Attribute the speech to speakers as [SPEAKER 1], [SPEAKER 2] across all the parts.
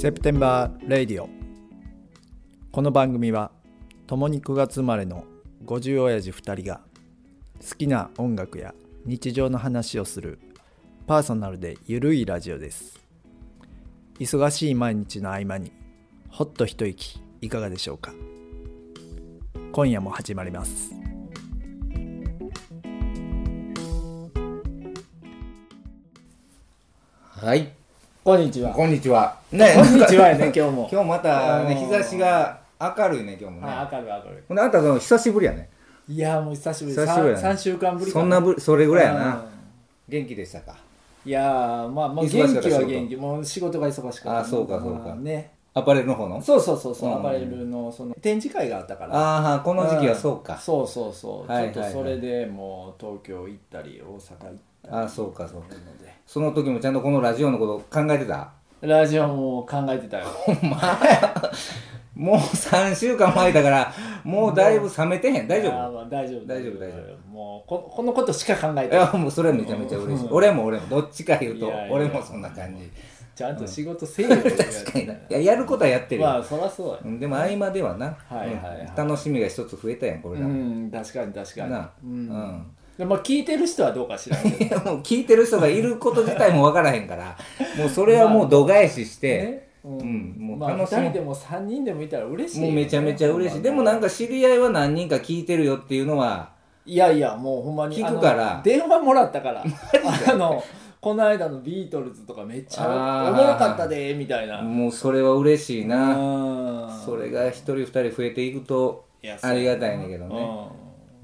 [SPEAKER 1] セプテンバー・レイディオこの番組は共に9月生まれの50親父2人が好きな音楽や日常の話をするパーソナルでゆるいラジオです忙しい毎日の合間にほっと一息いかがでしょうか今夜も始まります
[SPEAKER 2] はい。
[SPEAKER 3] こんにちは。
[SPEAKER 2] こんにちは。
[SPEAKER 3] ねこんにちは やね、今日も。
[SPEAKER 2] 今日またね、
[SPEAKER 3] あの
[SPEAKER 2] 日差
[SPEAKER 3] ー
[SPEAKER 2] しが明るいね、今日もね。
[SPEAKER 3] はい、明るい明る
[SPEAKER 2] ほんであんたその久しぶりやね。
[SPEAKER 3] い。いやー、もう久しぶり。
[SPEAKER 2] 久しぶりやね
[SPEAKER 3] さん3週間ぶりか
[SPEAKER 2] そ
[SPEAKER 3] なん
[SPEAKER 2] なぶ、それぐらいや
[SPEAKER 3] う
[SPEAKER 2] な。
[SPEAKER 3] ん
[SPEAKER 2] 元気でしたか。
[SPEAKER 3] いやー、まあ、まあ、
[SPEAKER 2] 忙しかった仕
[SPEAKER 3] 元気は
[SPEAKER 2] 事
[SPEAKER 3] 元気。もう仕事が忙しかった。
[SPEAKER 2] あーそうかそうか
[SPEAKER 3] まあね。
[SPEAKER 2] アパレルの方の
[SPEAKER 3] そうそうそうそう、
[SPEAKER 2] うん
[SPEAKER 3] アパレルのその展示会があったから。
[SPEAKER 2] ああ、こ
[SPEAKER 3] こ
[SPEAKER 2] の時期はそうか。
[SPEAKER 3] そうそうそう。
[SPEAKER 2] はい
[SPEAKER 3] ち
[SPEAKER 2] は
[SPEAKER 3] ょ
[SPEAKER 2] い
[SPEAKER 3] っとそれでもう東京行ったり、大阪行ったり。
[SPEAKER 2] ああ、そうか、そうか。
[SPEAKER 3] ので
[SPEAKER 2] その時もちゃんとこのラジオのこと考えてた
[SPEAKER 3] ラジオも考えてたよ。
[SPEAKER 2] もう3週間前だ から、もうだいぶ冷めてへん。 大丈
[SPEAKER 3] あー
[SPEAKER 2] 夫
[SPEAKER 3] まあ大丈夫。
[SPEAKER 2] 大丈夫大
[SPEAKER 3] もうこ、このことしか考え
[SPEAKER 2] い
[SPEAKER 3] てない
[SPEAKER 2] や、。もうそれはめちゃめちゃ嬉しい。
[SPEAKER 3] うん
[SPEAKER 2] 俺も俺も、どっちか言うと
[SPEAKER 3] いやいやい、や
[SPEAKER 2] 俺もそんな感じ。
[SPEAKER 3] ちゃんと仕事せえよ。
[SPEAKER 2] 確かにな。いや、やることはやってるよ。
[SPEAKER 3] まあ、そらそうだよ。
[SPEAKER 2] うんでも合間ではな、
[SPEAKER 3] はいはいはい
[SPEAKER 2] うん楽しみが一つ増えたやんこれ ら、
[SPEAKER 3] うん、確かに確かに。
[SPEAKER 2] な、う
[SPEAKER 3] う
[SPEAKER 2] ん
[SPEAKER 3] ん。でまあ、聞いてる人はどうか知らんけど。
[SPEAKER 2] いやもう聞いてる人がいること自体もわからへん からもうそれはもう度外視して、
[SPEAKER 3] ね、うん
[SPEAKER 2] うんもう
[SPEAKER 3] まあ、
[SPEAKER 2] 楽
[SPEAKER 3] 2
[SPEAKER 2] しみ
[SPEAKER 3] 人でも3人でもいたら嬉しいよね、
[SPEAKER 2] もうめちゃめちゃ嬉しい、でもなんか知り合いは何人か聞いてるよっていうのはい
[SPEAKER 3] やいやもうほんまに
[SPEAKER 2] 聞くから
[SPEAKER 3] あの電話もらったから あのこの間のビートルズとかめっち
[SPEAKER 2] あー
[SPEAKER 3] ゃおもろかったでみたいな
[SPEAKER 2] もうそれは嬉しいな、
[SPEAKER 3] うん
[SPEAKER 2] それが一人二人増えていくと
[SPEAKER 3] いやそう
[SPEAKER 2] ありがたいんだけど
[SPEAKER 3] うん
[SPEAKER 2] ね、
[SPEAKER 3] は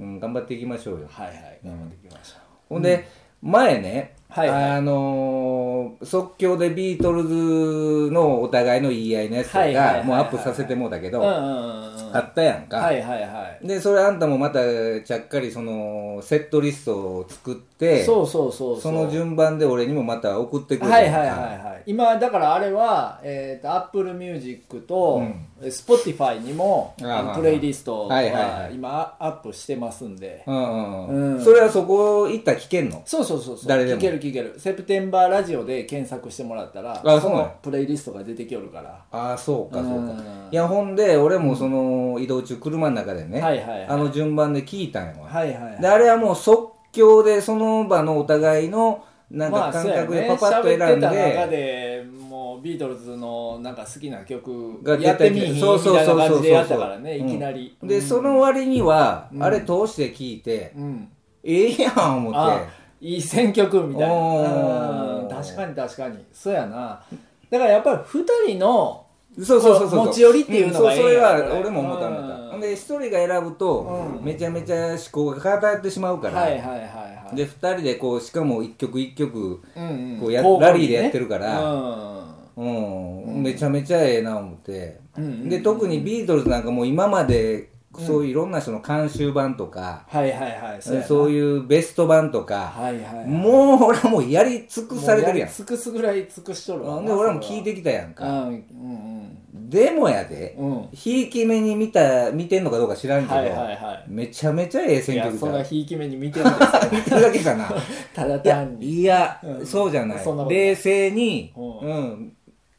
[SPEAKER 2] うん頑張っていきましょうよ
[SPEAKER 3] いはい頑張っていきましょ
[SPEAKER 2] ほんで、前ね、
[SPEAKER 3] はいはい
[SPEAKER 2] あのー即興でビートルズのお互いの言い合いのやつと
[SPEAKER 3] はいはいはい
[SPEAKER 2] か
[SPEAKER 3] はい
[SPEAKER 2] もうアップさせてもうたけ
[SPEAKER 3] う、
[SPEAKER 2] ど、
[SPEAKER 3] うんうんうんうん
[SPEAKER 2] あったやんか、
[SPEAKER 3] はいはいはい
[SPEAKER 2] でそれあんたもまたちゃっかりそのセットリストを作って
[SPEAKER 3] そうそうそうう
[SPEAKER 2] その順番で俺にもまた送ってくれ
[SPEAKER 3] は
[SPEAKER 2] たや
[SPEAKER 3] い
[SPEAKER 2] んか
[SPEAKER 3] はいはいはい今だからあれは、えー、と Apple Music と
[SPEAKER 2] う
[SPEAKER 3] Spotify にも、
[SPEAKER 2] あー
[SPEAKER 3] あのプレイリスト
[SPEAKER 2] はいはいは
[SPEAKER 3] はい今アップしてますんで、
[SPEAKER 2] うんうん、
[SPEAKER 3] うん
[SPEAKER 2] それはそこ行ったら聞けんの
[SPEAKER 3] そうそうそうそう
[SPEAKER 2] 誰でも
[SPEAKER 3] 聞ける聞けるセプテンバーラジオで検索してもらったら
[SPEAKER 2] あそう
[SPEAKER 3] そ
[SPEAKER 2] なんや
[SPEAKER 3] のプレイリストが出てきよるから
[SPEAKER 2] ああそうかそうか
[SPEAKER 3] うん
[SPEAKER 2] いやほんで俺もその移動中車の中でね、
[SPEAKER 3] はいはいはい
[SPEAKER 2] あの順番で聞いたんやわ、
[SPEAKER 3] はいはいはい
[SPEAKER 2] であれはもう即興でその場のお互いのなん
[SPEAKER 3] ま
[SPEAKER 2] か
[SPEAKER 3] あ
[SPEAKER 2] 感
[SPEAKER 3] そうや
[SPEAKER 2] 覚で
[SPEAKER 3] ね
[SPEAKER 2] パパッと選ん
[SPEAKER 3] 喋っ
[SPEAKER 2] で、
[SPEAKER 3] てた中でもうビートルズのなんか好きな曲
[SPEAKER 2] が出
[SPEAKER 3] やってて
[SPEAKER 2] き
[SPEAKER 3] み
[SPEAKER 2] て
[SPEAKER 3] いひんみ
[SPEAKER 2] そうそう
[SPEAKER 3] たい
[SPEAKER 2] そ
[SPEAKER 3] な
[SPEAKER 2] うそう
[SPEAKER 3] 感
[SPEAKER 2] そう
[SPEAKER 3] じでやったからねいきなり、
[SPEAKER 2] うんでその割には、あれ通して聞いて、
[SPEAKER 3] うん
[SPEAKER 2] ええやん思っ
[SPEAKER 3] あ
[SPEAKER 2] て
[SPEAKER 3] いい選曲みたい
[SPEAKER 2] お
[SPEAKER 3] な
[SPEAKER 2] ー
[SPEAKER 3] うん確かに確かにそうやなだからやっぱり2人の
[SPEAKER 2] そうそうそうそう
[SPEAKER 3] こう持ち寄りっていうのが
[SPEAKER 2] ん
[SPEAKER 3] え
[SPEAKER 2] そうそ
[SPEAKER 3] えん
[SPEAKER 2] れ
[SPEAKER 3] や
[SPEAKER 2] は
[SPEAKER 3] これ
[SPEAKER 2] 俺も思った思った、
[SPEAKER 3] うん
[SPEAKER 2] で一人が選ぶと、
[SPEAKER 3] う
[SPEAKER 2] めちゃめちゃ思考が偏ってしまうから、
[SPEAKER 3] はいはいはいはい
[SPEAKER 2] で二人でこうしかも一曲一曲、
[SPEAKER 3] うんうん
[SPEAKER 2] こうや
[SPEAKER 3] 交互に
[SPEAKER 2] ラリーでやってるから
[SPEAKER 3] うん
[SPEAKER 2] うんめちゃめちゃええな思って、
[SPEAKER 3] うんうん
[SPEAKER 2] で特にビートルズなんかもう今までそういういろんな人の監修版とか、
[SPEAKER 3] はいはいはいやな
[SPEAKER 2] そういうベスト版とか、
[SPEAKER 3] はいはいも
[SPEAKER 2] もう俺はもうやり尽く
[SPEAKER 3] う
[SPEAKER 2] されてるやん
[SPEAKER 3] 尽くすぐらい尽くしとるわ
[SPEAKER 2] で俺も聞いてきたやん
[SPEAKER 3] う
[SPEAKER 2] か、
[SPEAKER 3] んうん
[SPEAKER 2] でもやで
[SPEAKER 3] うんうん
[SPEAKER 2] ひいき目に見た見てんのかどうか知らんけど、
[SPEAKER 3] はいはいはい
[SPEAKER 2] めちゃめちゃええ
[SPEAKER 3] い
[SPEAKER 2] 選
[SPEAKER 3] や
[SPEAKER 2] 曲
[SPEAKER 3] そ
[SPEAKER 2] だ
[SPEAKER 3] んな
[SPEAKER 2] よ
[SPEAKER 3] ひいき目に見てるんですよ
[SPEAKER 2] 見てるだけ かな
[SPEAKER 3] ただ単に
[SPEAKER 2] いや、
[SPEAKER 3] うん
[SPEAKER 2] そうじゃない
[SPEAKER 3] そんなことない
[SPEAKER 2] 冷静に、う
[SPEAKER 3] うんん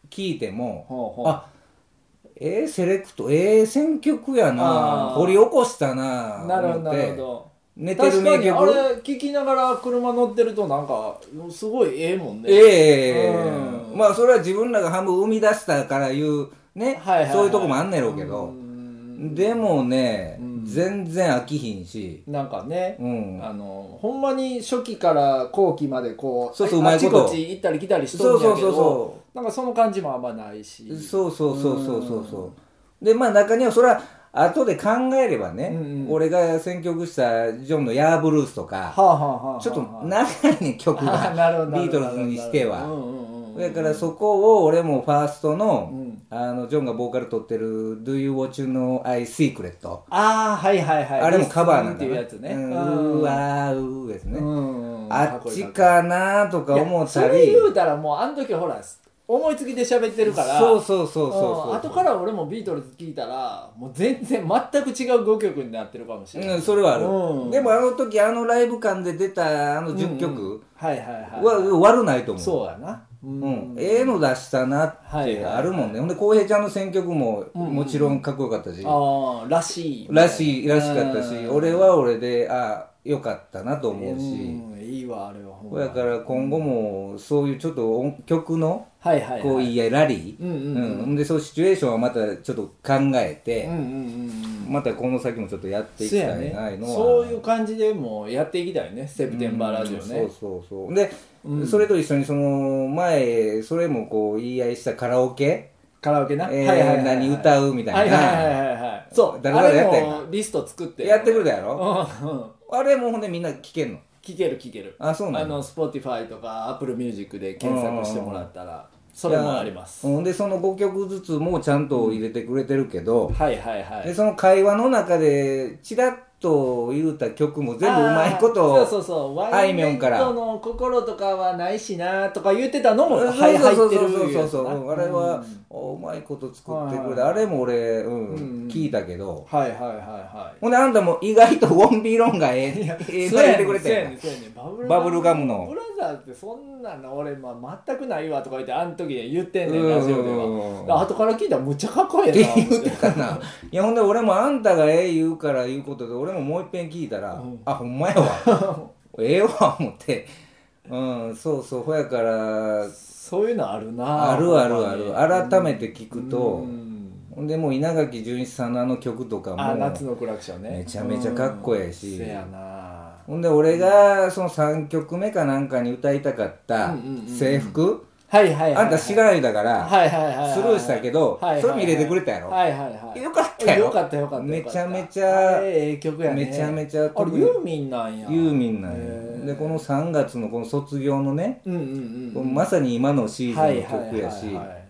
[SPEAKER 2] 聞いても
[SPEAKER 3] ほうほう
[SPEAKER 2] あええセレクトええ選曲やな
[SPEAKER 3] あー
[SPEAKER 2] 掘り起こしたな
[SPEAKER 3] なるほ
[SPEAKER 2] 思
[SPEAKER 3] ど
[SPEAKER 2] っ
[SPEAKER 3] な
[SPEAKER 2] て
[SPEAKER 3] るほど
[SPEAKER 2] 寝てる
[SPEAKER 3] 確か
[SPEAKER 2] 名
[SPEAKER 3] にあ
[SPEAKER 2] 曲
[SPEAKER 3] れ聞きながら車乗ってるとなんかすごいええもんね
[SPEAKER 2] ええ
[SPEAKER 3] うん
[SPEAKER 2] まあそれは自分らが半分生み出したからいうね、
[SPEAKER 3] はいはいはい
[SPEAKER 2] そういうとこもあんねやろうけど、
[SPEAKER 3] うん
[SPEAKER 2] でもね、
[SPEAKER 3] うん
[SPEAKER 2] 全然飽きひんし、
[SPEAKER 3] なんかね、
[SPEAKER 2] うん、
[SPEAKER 3] あのほんまに初期から後期までこう
[SPEAKER 2] そうそううま
[SPEAKER 3] あ
[SPEAKER 2] い
[SPEAKER 3] あ
[SPEAKER 2] こ
[SPEAKER 3] ち
[SPEAKER 2] と
[SPEAKER 3] こち行ったり来たりし
[SPEAKER 2] そう
[SPEAKER 3] とる
[SPEAKER 2] ん
[SPEAKER 3] や
[SPEAKER 2] そう
[SPEAKER 3] け
[SPEAKER 2] そう
[SPEAKER 3] ど
[SPEAKER 2] そう
[SPEAKER 3] なんかその感じもあんまないし
[SPEAKER 2] そうそうそうそうそうそうでまあ中にはそれは後で考えればね、
[SPEAKER 3] うんうん
[SPEAKER 2] 俺が選曲したジョンの「ヤーブルース」とか、
[SPEAKER 3] はあはあはあはあ
[SPEAKER 2] ちょっと長いね曲
[SPEAKER 3] あなるほ
[SPEAKER 2] が
[SPEAKER 3] ど
[SPEAKER 2] ビートルズにして
[SPEAKER 3] なる
[SPEAKER 2] は
[SPEAKER 3] ほどうんうんうん
[SPEAKER 2] だからそこを俺もファーストの,、
[SPEAKER 3] うん
[SPEAKER 2] あのジョンがボーカル取ってる「Do You Watch You Know I Secret」
[SPEAKER 3] ああはいはいはい
[SPEAKER 2] あれもカバーなんだ
[SPEAKER 3] リ
[SPEAKER 2] ね
[SPEAKER 3] スンっていうやつね
[SPEAKER 2] うん
[SPEAKER 3] うん
[SPEAKER 2] うわーうーですね、
[SPEAKER 3] うんうん
[SPEAKER 2] あっちかなとか思った
[SPEAKER 3] いやそれ
[SPEAKER 2] り
[SPEAKER 3] 言うたらもうあの時ほら思いつきで喋ってるから
[SPEAKER 2] そうそうそうそうそう
[SPEAKER 3] うん後から俺もビートルズ聞いたらもう全然全く違う5曲になってるかもしれない、
[SPEAKER 2] うん、それはある、
[SPEAKER 3] うん
[SPEAKER 2] でもあの時あのライブ館で出たあの10曲
[SPEAKER 3] はいはいはい
[SPEAKER 2] は悪ないと思う
[SPEAKER 3] そうやなうん
[SPEAKER 2] うん、ええの出したなっ
[SPEAKER 3] はい
[SPEAKER 2] てあるもんね、ほんで浩平ちゃんの選曲も
[SPEAKER 3] うんうん
[SPEAKER 2] もちろんかっこよかったし、
[SPEAKER 3] ああらしい
[SPEAKER 2] らしいらしかったし、
[SPEAKER 3] うん
[SPEAKER 2] 俺は俺でああよかったなと思うし、
[SPEAKER 3] うんいいわあれはほんま
[SPEAKER 2] だから今後もそういうちょっと音曲の
[SPEAKER 3] はいはいはい
[SPEAKER 2] こういいラリー、
[SPEAKER 3] うんうんうん
[SPEAKER 2] うんでそういうシチュエーションはまたちょっと考えて、
[SPEAKER 3] うんうんうんうん
[SPEAKER 2] またこの先もちょっとやってい
[SPEAKER 3] そ
[SPEAKER 2] き
[SPEAKER 3] う
[SPEAKER 2] た
[SPEAKER 3] や
[SPEAKER 2] いな
[SPEAKER 3] ね
[SPEAKER 2] のは
[SPEAKER 3] そういう感じでもうやっていきたいねセプテンバーラジオ
[SPEAKER 2] う
[SPEAKER 3] ね
[SPEAKER 2] んそうそうそうで、
[SPEAKER 3] うん
[SPEAKER 2] それと一緒にその前それもこう言い合いしたカラオケ、
[SPEAKER 3] カラオケな
[SPEAKER 2] えー
[SPEAKER 3] はいはいはいはい
[SPEAKER 2] 何歌うみたいな、
[SPEAKER 3] はいはいはいはいはいそう
[SPEAKER 2] 誰
[SPEAKER 3] あ
[SPEAKER 2] 々や
[SPEAKER 3] れ
[SPEAKER 2] ったやん
[SPEAKER 3] もリスト作って
[SPEAKER 2] やってくれたや
[SPEAKER 3] うん
[SPEAKER 2] ろ、
[SPEAKER 3] うん
[SPEAKER 2] あれもうほんでみんな聞けんの
[SPEAKER 3] 聞ける聞ける
[SPEAKER 2] あそうな
[SPEAKER 3] あ
[SPEAKER 2] んだ
[SPEAKER 3] の Spotify とか Apple Music で検索してもらったらそれもあります
[SPEAKER 2] いやほんでその5曲ずつもちゃんと入れてくれてるけど、
[SPEAKER 3] はいはいはい
[SPEAKER 2] でその会話の中でちらっと言うた曲も全部うまいこと
[SPEAKER 3] あーそうそうそう
[SPEAKER 2] あいみょんから
[SPEAKER 3] ワインレッドの心とかはないしなとか言ってたのも
[SPEAKER 2] そう
[SPEAKER 3] は
[SPEAKER 2] そ
[SPEAKER 3] いう入
[SPEAKER 2] そ
[SPEAKER 3] っ
[SPEAKER 2] う
[SPEAKER 3] て
[SPEAKER 2] そ
[SPEAKER 3] る
[SPEAKER 2] うそうそうそう
[SPEAKER 3] やつな
[SPEAKER 2] あれは
[SPEAKER 3] うん
[SPEAKER 2] おうまいこと作ってくれ
[SPEAKER 3] は
[SPEAKER 2] た
[SPEAKER 3] い
[SPEAKER 2] あれも俺、うん
[SPEAKER 3] うん
[SPEAKER 2] 聞いたけど
[SPEAKER 3] はいはいはいは
[SPEAKER 2] ほんであんたも意外とウォンビーロンがえ
[SPEAKER 3] いいや
[SPEAKER 2] えええ
[SPEAKER 3] そうや
[SPEAKER 2] 言ってく
[SPEAKER 3] ねん
[SPEAKER 2] れ
[SPEAKER 3] そうや
[SPEAKER 2] て
[SPEAKER 3] ねんそうやねんバブ
[SPEAKER 2] バブルガムの
[SPEAKER 3] ブラザーってそんなの俺、まあ、全くないわとか言ってあの時で言ってんね
[SPEAKER 2] うんん
[SPEAKER 3] ラジオではだから後から聞いたらむっちゃかっこえ えな
[SPEAKER 2] って言うてたないやほんで俺もあんたがええ言うから言うことで俺ももう一遍聞いたら、
[SPEAKER 3] うん
[SPEAKER 2] あほんまや わええわ思ってうんそうそうほやから
[SPEAKER 3] そういうのあるな
[SPEAKER 2] あるある
[SPEAKER 3] ほん
[SPEAKER 2] あ
[SPEAKER 3] ま
[SPEAKER 2] る
[SPEAKER 3] に
[SPEAKER 2] 改めて聞くと
[SPEAKER 3] うん
[SPEAKER 2] ほんでもう稲垣潤一さんのあの曲とか
[SPEAKER 3] あ夏
[SPEAKER 2] も
[SPEAKER 3] のクラクションね
[SPEAKER 2] めちゃめちゃかっこええし
[SPEAKER 3] うんせやな
[SPEAKER 2] ほんで俺がその3曲目かなんかに歌いたかった
[SPEAKER 3] うんうんうんうん
[SPEAKER 2] 制服
[SPEAKER 3] はいはいはいはい
[SPEAKER 2] あんた知らないだから
[SPEAKER 3] はいはいはいはいはい
[SPEAKER 2] スルーしたけど
[SPEAKER 3] はいはいはい
[SPEAKER 2] それも入れてくれたやろ
[SPEAKER 3] はいはいはい
[SPEAKER 2] よかったよ
[SPEAKER 3] よかったよかった
[SPEAKER 2] めちゃめちゃ
[SPEAKER 3] あれええ曲やね
[SPEAKER 2] めちゃめちゃ
[SPEAKER 3] あ
[SPEAKER 2] 特
[SPEAKER 3] れ
[SPEAKER 2] に
[SPEAKER 3] ユーミンなんや
[SPEAKER 2] ユーミンな
[SPEAKER 3] へ
[SPEAKER 2] ん
[SPEAKER 3] え
[SPEAKER 2] よでこの3月のこの卒業のね
[SPEAKER 3] うんうんうん
[SPEAKER 2] まさに今のシー
[SPEAKER 3] は
[SPEAKER 2] ズ
[SPEAKER 3] い
[SPEAKER 2] ンの曲やし
[SPEAKER 3] はいはいはい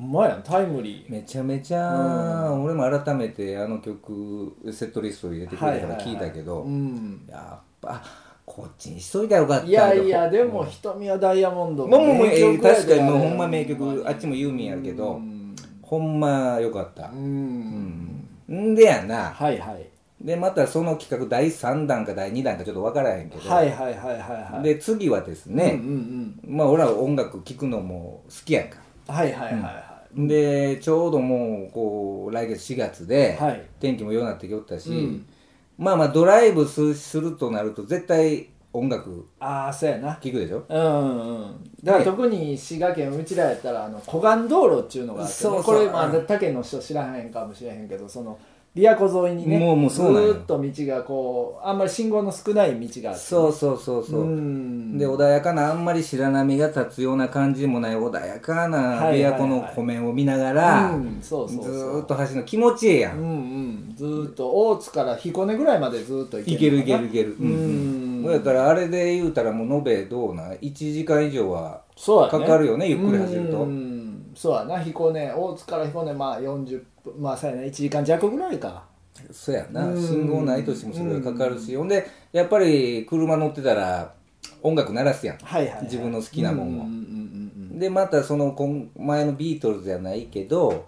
[SPEAKER 3] ほんまやんタイムリ
[SPEAKER 2] めちゃめちゃ俺も改めてあの曲セットリストを入れて
[SPEAKER 3] ー
[SPEAKER 2] くれたから聞いたけ
[SPEAKER 3] は
[SPEAKER 2] ど
[SPEAKER 3] いはいはいうん
[SPEAKER 2] やっぱこっちにしといたらよかった
[SPEAKER 3] いやいやでも瞳はダイヤモンド
[SPEAKER 2] もうもう
[SPEAKER 3] 名曲やで
[SPEAKER 2] 確かにもう
[SPEAKER 3] あれ
[SPEAKER 2] ほんま名曲あっちもユーミンやけどほんまよかった
[SPEAKER 3] うんうん
[SPEAKER 2] んでやな
[SPEAKER 3] はいはい
[SPEAKER 2] でまたその企画第3弾か第2弾かちょっと分からへんけど、
[SPEAKER 3] はいはいはいはいはい
[SPEAKER 2] で次はです
[SPEAKER 3] うん
[SPEAKER 2] ね、
[SPEAKER 3] うんうん
[SPEAKER 2] まあ俺は音楽聴くのも好きやんか
[SPEAKER 3] はいはいはいは
[SPEAKER 2] でちょうどもうこう来月4月で、
[SPEAKER 3] はい
[SPEAKER 2] 天気も良くなってきよったし、
[SPEAKER 3] うん
[SPEAKER 2] まあまあドライブすするとなると絶対音楽
[SPEAKER 3] いああそうやな
[SPEAKER 2] 聴くでしょ
[SPEAKER 3] うんうんだから特に滋賀県うちらやったらあの湖岸道路っていうのがあってね、
[SPEAKER 2] そうそう
[SPEAKER 3] これまあ他県の人知らへんかもしれへんけどその琵琶湖沿いにね
[SPEAKER 2] もうもうそうなんよ
[SPEAKER 3] ずーっと道がこうあんまり信号の少ない道があって
[SPEAKER 2] そうそうそうそう、
[SPEAKER 3] ん
[SPEAKER 2] で穏やかなあんまり白波が立つような感じもない穏やかな
[SPEAKER 3] はいはい
[SPEAKER 2] 琵
[SPEAKER 3] は
[SPEAKER 2] 琶
[SPEAKER 3] い
[SPEAKER 2] 湖の湖面を見ながら、
[SPEAKER 3] うんそうそうそう
[SPEAKER 2] ずーっと走るの気持ちええや
[SPEAKER 3] うん
[SPEAKER 2] ん、
[SPEAKER 3] うんずーっと大津から彦根ぐらいまでずーっ
[SPEAKER 2] い
[SPEAKER 3] と行
[SPEAKER 2] け
[SPEAKER 3] け
[SPEAKER 2] る
[SPEAKER 3] る
[SPEAKER 2] いけるいける
[SPEAKER 3] う
[SPEAKER 2] うんんだからあれで言うたらもう延べどうなん1時間以上は
[SPEAKER 3] そうやね
[SPEAKER 2] かかるよねゆっくり走ると
[SPEAKER 3] うんそうやな彦根大津から彦根まあ40分まあそうやね1時間弱ぐらいか
[SPEAKER 2] そうやな
[SPEAKER 3] うん
[SPEAKER 2] 信号ないとしてもそれがかかるしほんでやっぱり車乗ってたら音楽鳴らすやん
[SPEAKER 3] はいはい、はい、
[SPEAKER 2] 自分の好きなもんを
[SPEAKER 3] うんうんうんうん
[SPEAKER 2] でまたそのこん前のビートルズじゃないけど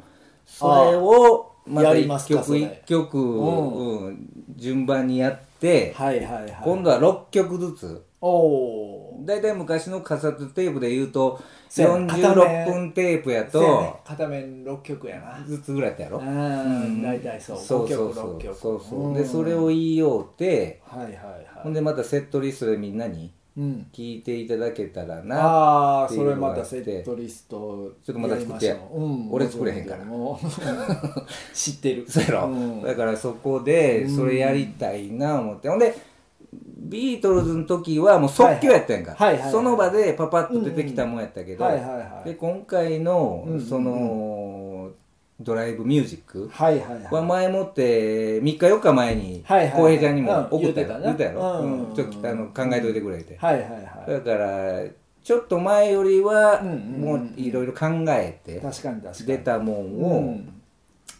[SPEAKER 2] それをま
[SPEAKER 3] や
[SPEAKER 2] た
[SPEAKER 3] りま
[SPEAKER 2] 一
[SPEAKER 3] すかそ
[SPEAKER 2] 曲
[SPEAKER 3] れ
[SPEAKER 2] 一曲、
[SPEAKER 3] うん
[SPEAKER 2] うん順番にやって、
[SPEAKER 3] はいはいはい
[SPEAKER 2] 今度は6曲ずつ
[SPEAKER 3] おお
[SPEAKER 2] 大体昔のカセットテープで言うと
[SPEAKER 3] そうやな
[SPEAKER 2] 46分テープや
[SPEAKER 3] そうやね
[SPEAKER 2] と
[SPEAKER 3] 片面6曲やな
[SPEAKER 2] ずつぐらいやったやろ
[SPEAKER 3] うん大体そう
[SPEAKER 2] そう
[SPEAKER 3] 5
[SPEAKER 2] そう
[SPEAKER 3] 曲
[SPEAKER 2] そ
[SPEAKER 3] 6
[SPEAKER 2] う
[SPEAKER 3] 曲
[SPEAKER 2] そうそ
[SPEAKER 3] ん
[SPEAKER 2] うでそれを言いようて
[SPEAKER 3] はいはいは
[SPEAKER 2] ほん
[SPEAKER 3] い
[SPEAKER 2] でまたセットリストでみんなに
[SPEAKER 3] うん
[SPEAKER 2] 聞いていただけたらな
[SPEAKER 3] ああ
[SPEAKER 2] ってい
[SPEAKER 3] そうれ
[SPEAKER 2] のがあ
[SPEAKER 3] ま
[SPEAKER 2] って
[SPEAKER 3] たセットリスト
[SPEAKER 2] ちょっとまた作ってや
[SPEAKER 3] りましょううん
[SPEAKER 2] 俺作れへんから
[SPEAKER 3] もちろんもちろんもう 知って る
[SPEAKER 2] そうやろ、
[SPEAKER 3] ん
[SPEAKER 2] だからそこでそれやりたいな思って、ほんでビートルズの時はもう即興やったやんか、
[SPEAKER 3] はいはいはいはい
[SPEAKER 2] その場でパパッと出てきたもんやったけど、
[SPEAKER 3] はいはいはい
[SPEAKER 2] で今回の
[SPEAKER 3] うんうんうん
[SPEAKER 2] その、ドライブミュージック
[SPEAKER 3] はいはいはい
[SPEAKER 2] は前もって3日4日前に
[SPEAKER 3] はいはいはい
[SPEAKER 2] 浩平ちゃんにも
[SPEAKER 3] うん
[SPEAKER 2] 送ったやろ、言
[SPEAKER 3] 言うてたな
[SPEAKER 2] うたやろ、
[SPEAKER 3] うんうんうん
[SPEAKER 2] ちょっとあの考えといてくれて、
[SPEAKER 3] はいはいは
[SPEAKER 2] だからちょっと前よりは
[SPEAKER 3] うんうん
[SPEAKER 2] も
[SPEAKER 3] うん
[SPEAKER 2] ういろいろ考えて
[SPEAKER 3] い確かに確かに
[SPEAKER 2] 出たもん
[SPEAKER 3] う
[SPEAKER 2] を
[SPEAKER 3] ん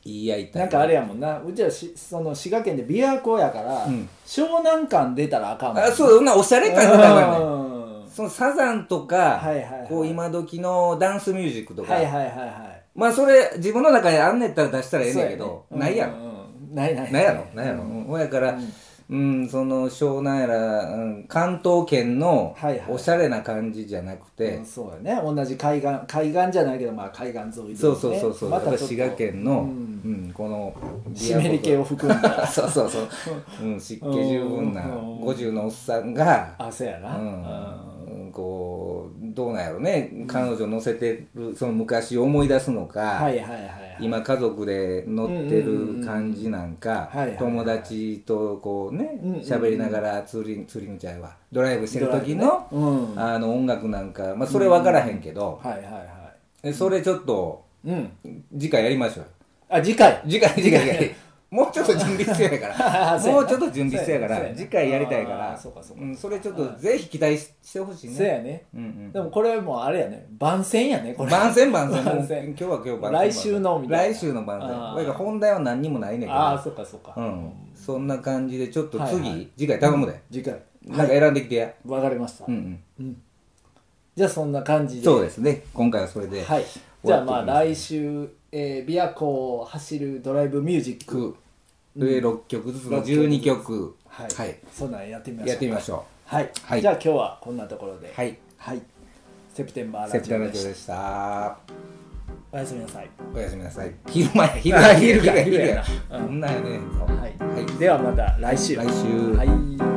[SPEAKER 2] 言い合いたい、
[SPEAKER 3] なんかあれやもんなうちはしその滋賀県で琵琶湖やから、
[SPEAKER 2] うん
[SPEAKER 3] 湘南館出たらあかんもん
[SPEAKER 2] あそうそんなおしゃれ感出たからね
[SPEAKER 3] うん
[SPEAKER 2] そのサザンとか、
[SPEAKER 3] はいはいはい
[SPEAKER 2] こう今時のダンスミュージックとか、
[SPEAKER 3] はいはいはいはい
[SPEAKER 2] まあそれ自分の中であんねやったら出したらええねんけど、
[SPEAKER 3] そう
[SPEAKER 2] ないやろ、
[SPEAKER 3] うんうんないない
[SPEAKER 2] ないやろないやろ、ほやから、うん、その湘南やら、うん、関東圏の
[SPEAKER 3] はいはい
[SPEAKER 2] おしゃれな感じじゃなくて、
[SPEAKER 3] うんそうやね同じ海岸海岸じゃないけどまあ海岸沿いで、ね、
[SPEAKER 2] そうそうそうそう、
[SPEAKER 3] ま
[SPEAKER 2] や
[SPEAKER 3] た
[SPEAKER 2] っぱ
[SPEAKER 3] ちょっと
[SPEAKER 2] 滋賀県の、
[SPEAKER 3] う
[SPEAKER 2] うんんこの
[SPEAKER 3] 湿り気を 含んだ
[SPEAKER 2] そうそうそう、うん、湿気十分な
[SPEAKER 3] うん
[SPEAKER 2] 50のおっさんが、
[SPEAKER 3] あそうや
[SPEAKER 2] う
[SPEAKER 3] な、うん
[SPEAKER 2] んこうどうなんやろね彼女乗せてるその昔を思い出すのか、
[SPEAKER 3] はいはいはいはい
[SPEAKER 2] 今家族で乗ってる感じなんか
[SPEAKER 3] うんうんうんうんはいはいは
[SPEAKER 2] 友
[SPEAKER 3] い
[SPEAKER 2] 達とこうね
[SPEAKER 3] うんうんうん
[SPEAKER 2] 喋りながらツーリンツーリングちゃんはドライブしてる時の
[SPEAKER 3] うんはい
[SPEAKER 2] あの音楽なんか、まあ、それ分からへんけど、
[SPEAKER 3] はいは
[SPEAKER 2] えそれちょっと
[SPEAKER 3] いうん
[SPEAKER 2] 次回やりましょうよ
[SPEAKER 3] あ次回
[SPEAKER 2] 次回次回もうちょっと準備必要やか
[SPEAKER 3] あ
[SPEAKER 2] ら
[SPEAKER 3] そうや
[SPEAKER 2] も
[SPEAKER 3] な
[SPEAKER 2] うちょっと準備必要やか
[SPEAKER 3] そうや
[SPEAKER 2] ら
[SPEAKER 3] な
[SPEAKER 2] 次回やりたいか
[SPEAKER 3] あ
[SPEAKER 2] ら
[SPEAKER 3] ーそうかそうか
[SPEAKER 2] んそれちょっとぜひ期待ししてほしい
[SPEAKER 3] そう
[SPEAKER 2] ね
[SPEAKER 3] やね
[SPEAKER 2] うんうん
[SPEAKER 3] でもこれもうあれやね番宣やねこ れ
[SPEAKER 2] 番宣番宣
[SPEAKER 3] 番
[SPEAKER 2] も
[SPEAKER 3] 宣
[SPEAKER 2] う今日は今日番宣
[SPEAKER 3] 来週のみたい
[SPEAKER 2] 来
[SPEAKER 3] な
[SPEAKER 2] 週の番宣
[SPEAKER 3] あー
[SPEAKER 2] だから本題は何にもないねんけど
[SPEAKER 3] ああそうかそうか、
[SPEAKER 2] うん、そんな感じでちょっと次、
[SPEAKER 3] はいはい
[SPEAKER 2] 次回頼むで、
[SPEAKER 3] 次回
[SPEAKER 2] なんか選んできてや、
[SPEAKER 3] わかりました、
[SPEAKER 2] うんうん
[SPEAKER 3] じゃあそんな感じで
[SPEAKER 2] そうですね今回はそれで、
[SPEAKER 3] はい
[SPEAKER 2] 終
[SPEAKER 3] じ
[SPEAKER 2] わ
[SPEAKER 3] ゃ
[SPEAKER 2] っていきます
[SPEAKER 3] あまあ来週、えー、琵琶湖を走るドライブミュージック
[SPEAKER 2] く上6曲ずつの12曲
[SPEAKER 3] はい、
[SPEAKER 2] はい、
[SPEAKER 3] そんなんやってみましょう
[SPEAKER 2] やってみましょ
[SPEAKER 3] はい、
[SPEAKER 2] はい
[SPEAKER 3] じゃあ今日はこんなところで
[SPEAKER 2] うはい
[SPEAKER 3] はい、セプテンバー
[SPEAKER 2] セ
[SPEAKER 3] ラ
[SPEAKER 2] プ
[SPEAKER 3] ジ
[SPEAKER 2] タ
[SPEAKER 3] オ
[SPEAKER 2] ーラジ
[SPEAKER 3] で
[SPEAKER 2] オ
[SPEAKER 3] した
[SPEAKER 2] でした
[SPEAKER 3] おやすみなさい、
[SPEAKER 2] おやすみなさい昼前昼前昼
[SPEAKER 3] 昼
[SPEAKER 2] 前
[SPEAKER 3] や
[SPEAKER 2] 昼や
[SPEAKER 3] 昼やな
[SPEAKER 2] こんなんやね
[SPEAKER 3] はい、ではまた来週
[SPEAKER 2] 来週
[SPEAKER 3] はい